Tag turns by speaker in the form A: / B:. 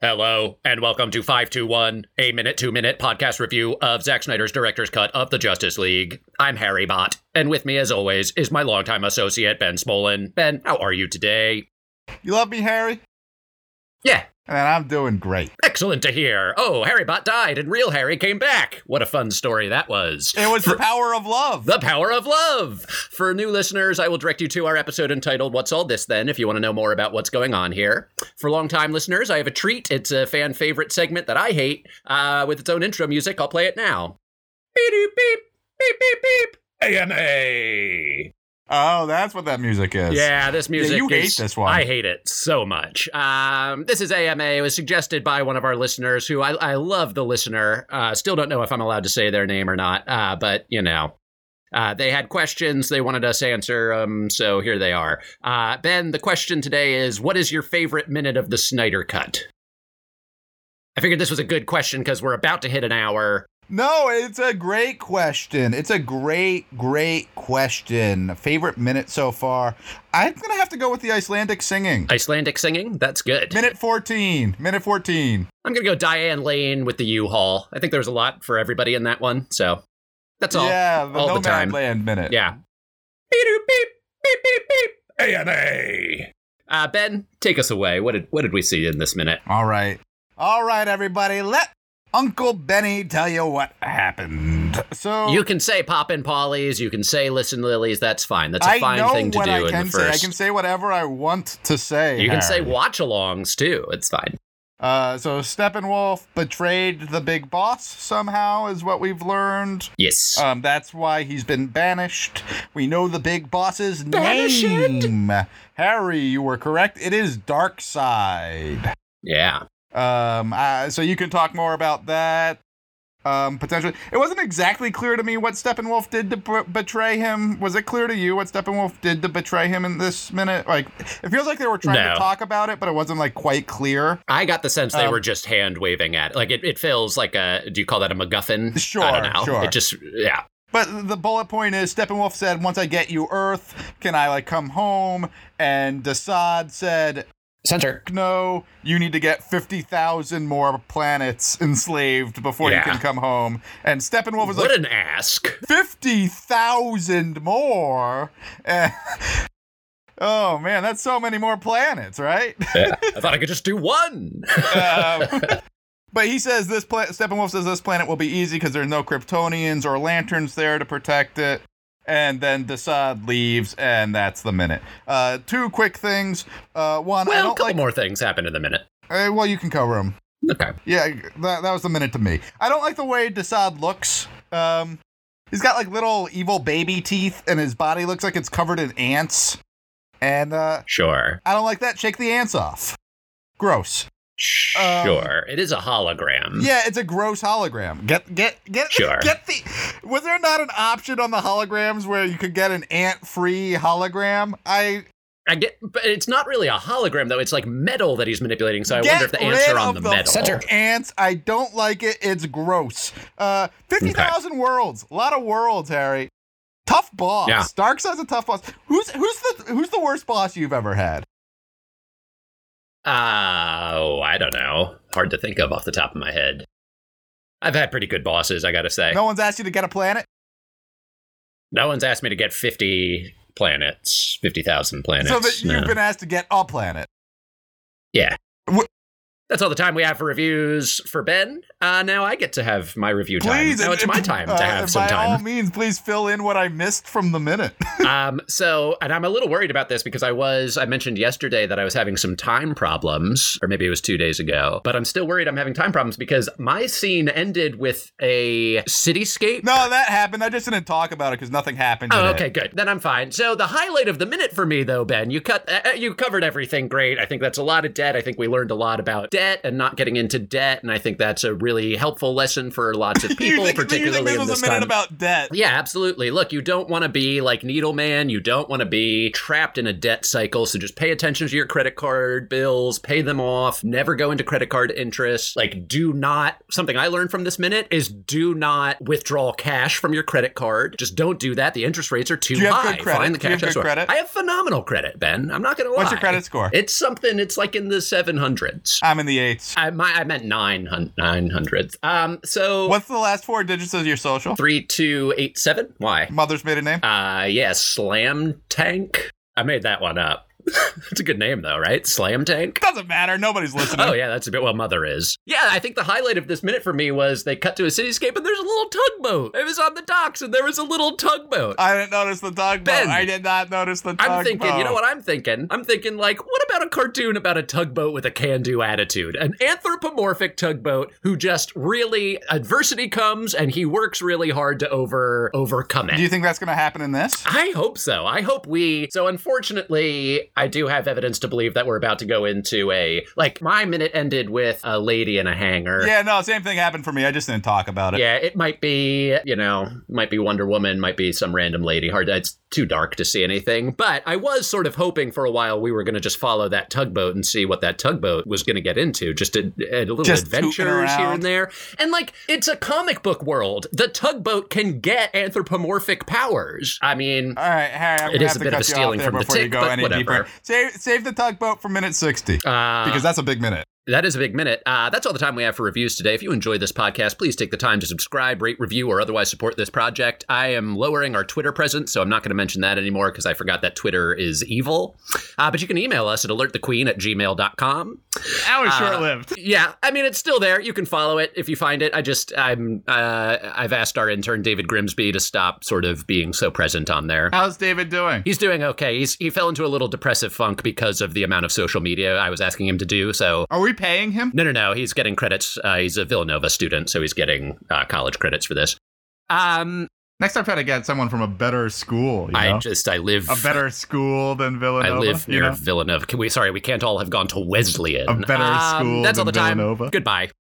A: Hello, and welcome to 521, a minute to minute podcast review of Zack Snyder's director's cut of The Justice League. I'm Harry Bott, and with me, as always, is my longtime associate, Ben Smolin. Ben, how are you today?
B: You love me, Harry?
A: Yeah,
B: And I'm doing great.
A: excellent to hear. Oh, Harry Bott died, and real Harry came back. What a fun story that was.
B: It was the power of love.
A: The Power of Love. For new listeners, I will direct you to our episode entitled What's All This Then, if you want to know more about what's going on here. For longtime listeners, I have a treat. It's a fan favorite segment that I hate uh, with its own intro music. I'll play it now. Beep, doop, beep, beep, beep, beep. AMA.
B: Oh, that's what that music is.
A: Yeah, this music.
B: you hate
A: is-
B: this one.
A: I hate it so much. Um, this is AMA. It was suggested by one of our listeners, who I, I love. The listener. Uh, still don't know if I'm allowed to say their name or not. Uh, but you know, uh, they had questions. They wanted us to answer 'em, So here they are. Uh, ben, the question today is: What is your favorite minute of the Snyder Cut? I figured this was a good question because we're about to hit an hour.
B: No, it's a great question. It's a great, great question. Favorite minute so far? I'm going to have to go with the Icelandic singing.
A: Icelandic singing. That's good.
B: Minute 14. Minute 14.
A: I'm gonna go Diane Lane with the U-Haul. I think there was a lot for everybody in that one, so that's all.
B: yeah, the
A: all the
B: No
A: time.
B: Man Land minute.
A: Yeah. Beep beep beep beep beep. AMA. Uh, ben, take us away. What did what did we see in this minute?
B: All right. All right, everybody. Let Uncle Benny tell you what happened. So.
A: You can say pop in pollies. You can say listen lilies. That's fine. That's a
B: I
A: fine
B: know
A: thing to
B: what
A: do
B: I
A: in
B: can
A: the
B: say.
A: first.
B: I can say whatever I want to say.
A: you can say
B: Harry.
A: watch-alongs too. It's fine.
B: Uh, so Steppenwolf betrayed the big boss somehow, is what we've learned.
A: Yes.
B: Um, that's why he's been banished. We know the big boss's
A: Banished?
B: name. Harry, you were correct. It is Darkseid.
A: yeah.
B: Um, uh, so you can talk more about that. Um, potentially, it wasn't exactly clear to me what Steppenwolf did to b- betray him. Was it clear to you what Steppenwolf did to betray him in this minute? Like, it feels like they were trying
A: No.
B: to talk about it, but it wasn't like quite clear.
A: I got the sense they
B: Um,
A: were just hand waving at. It. Like it, it feels like a. Do you call that a MacGuffin? I
B: Sure,
A: don't know.
B: sure.
A: It just yeah.
B: But the bullet point is Steppenwolf said, Once I get you Earth, can I like come home? And Desaad said,
A: Center.
B: No, you need to get 50,000 more planets enslaved before
A: Yeah.
B: you can come home. And Steppenwolf was
A: What
B: like,
A: an ask.
B: 50,000 more? And- oh man, that's so many more planets, right?
A: I thought I could just do one.
B: Um, but he says this planet, Steppenwolf says this planet will be easy because there's no Kryptonians or lanterns there to protect it. And then Desaad leaves, and that's the minute. Uh, two quick things. Uh, one, I
A: well, a
B: don't
A: couple
B: like.
A: more things happen in the minute.
B: Uh, well, you can cover them.
A: Okay.
B: Yeah, that, that was the minute to me. I don't like the way Desaad looks. Um, he's got like little evil baby teeth, and his body looks like it's covered in ants. And uh,
A: Sure.
B: I don't like that. Shake the ants off. Gross. Um,
A: Sure. it is a hologram.
B: Yeah, it's a gross hologram. Get get get
A: Mm. Sure.
B: get the Was there not an option on the holograms where you could get an ant-free hologram? I
A: I get, but it's not really a hologram though. It's like metal that he's manipulating. So I
B: get
A: wonder if the ants
B: rid
A: are on
B: of
A: the metal.
B: Ants, I don't like it. It's gross. Uh 50,000 worlds. A lot of worlds, Harry. Tough boss.
A: Yeah.
B: Darkseid's a tough boss. Who's who's the who's the worst boss you've ever had?
A: Uh, oh, I don't know. Hard to think of off the top of my head. I've had pretty good bosses, I gotta say.
B: No one's asked you to get a planet.
A: No one's asked me to get fifty planets, fifty thousand planets.
B: so that
A: no.
B: you've been asked to get a planet.
A: That's all the time we have for reviews for Ben. Uh, now I get to have my review
B: Please,
A: time. Now
B: and-
A: it's my time
B: uh,
A: to have some
B: by
A: time.
B: all means, please fill in what I missed from the minute.
A: um, so, and I'm a little worried about this because I was, I mentioned yesterday that I was having some time problems, or maybe it was two days ago, but I'm still worried I'm having time problems because my scene ended with a cityscape.
B: No, that happened. I just didn't talk about it because nothing happened.
A: Oh,
B: in it.
A: okay, good. Then I'm fine. So the highlight of the minute for me, though, Ben, you cut, uh, uh, you covered everything great. I think that's a lot of debt. I think we learned a lot about debt and not getting into debt, and I think that's a really helpful lesson for lots of people,
B: you think,
A: particularly
B: you think this
A: in
B: was
A: this
B: a minute
A: time.
B: about debt?
A: Yeah, absolutely. Look, you don't want to be like Needleman. You don't want to be trapped in a debt cycle. So just pay attention to your credit card bills, pay them off, never go into credit card interest. Like, do not, something I learned from this minute is do not withdraw cash from your credit card. Just don't do that. The interest rates are too
B: Do you have
A: high.
B: good credit?
A: Find the
B: Do you
A: cash
B: have good
A: elsewhere.
B: credit?
A: I have phenomenal credit, Ben. I'm not going to lie.
B: What's your credit score?
A: It's something, it's like in the 700s.
B: I'm in in the eights.
A: I, my, I meant nine hundredth. Um, so
B: What's the last four digits of your social?
A: three, two, eight, seven. Why?
B: Mother's maiden name?
A: Uh, yeah, Slam Tank. I made that one up. It's a good name though, right? Slam Tank.
B: Doesn't matter. Nobody's listening.
A: Oh yeah, that's a bit. Well, mother is. Yeah, I think the highlight of this minute for me was they cut to a cityscape and there's a little tugboat. It was on the docks and there was a little tugboat.
B: I didn't notice the tugboat.
A: Ben.
B: I did not notice the tugboat.
A: I'm thinking, you know what I'm thinking? I'm thinking, like, what about a cartoon about a tugboat with a can do attitude? An anthropomorphic tugboat who just really adversity comes and he works really hard to over overcome it.
B: Do you think that's going to happen in this?
A: I hope so. I hope we. So, unfortunately, I do have evidence to believe that we're about to go into a. Like, my minute ended with a lady in a hangar.
B: Yeah, no, same thing happened for me. I just didn't talk about it.
A: Yeah, it might be, you know, might be Wonder Woman, might be some random lady. Hard, it's too dark to see anything. But I was sort of hoping for a while we were going to just follow that tugboat and see what that tugboat was going to get into. Just a, a little
B: Just tooting
A: adventures here
B: around.
A: and there. And like, it's a comic book world. The tugboat can get anthropomorphic powers. I mean,
B: All right, Harry, I'm
A: It
B: going to
A: is
B: have
A: a
B: to
A: bit of a
B: cut you off
A: stealing
B: there
A: from the
B: before you
A: tick,
B: go
A: but
B: any
A: whatever.
B: deeper. Save, save the tugboat for minute 60
A: uh,
B: because that's a big minute.
A: That is a big minute. Uh, that's all the time we have for reviews today. If you enjoyed this podcast, please take the time to subscribe, rate, review, or otherwise support this project. I am lowering our Twitter presence, so I'm not going to mention that anymore because I forgot that Twitter is evil. Uh, but you can email us at alertthequeen at gmail.com.
C: That was
A: Uh,
C: short lived.
A: Yeah, I mean, it's still there. You can follow it if you find it. I just, I'm, uh, I've asked our intern, David Grimsby, to stop sort of being so present on there.
B: How's David doing?
A: He's doing okay. He's, he fell into a little depressive funk because of the amount of social media I was asking him to do. So
B: Are we paying him?
A: no, no, no. He's getting credits. Uh, he's a Villanova student, so he's getting uh, college credits for this. Um,
B: Next time, try to get someone from a better school. You know?
A: I just I live
B: a better school than
A: I
B: Villanova.
A: live
B: you
A: near
B: know?
A: Villanova. Can we? Sorry, we can't all have gone to Wesleyan.
B: A better school
A: Um, That's all
B: than
A: the time.
B: Villanova.
A: Goodbye.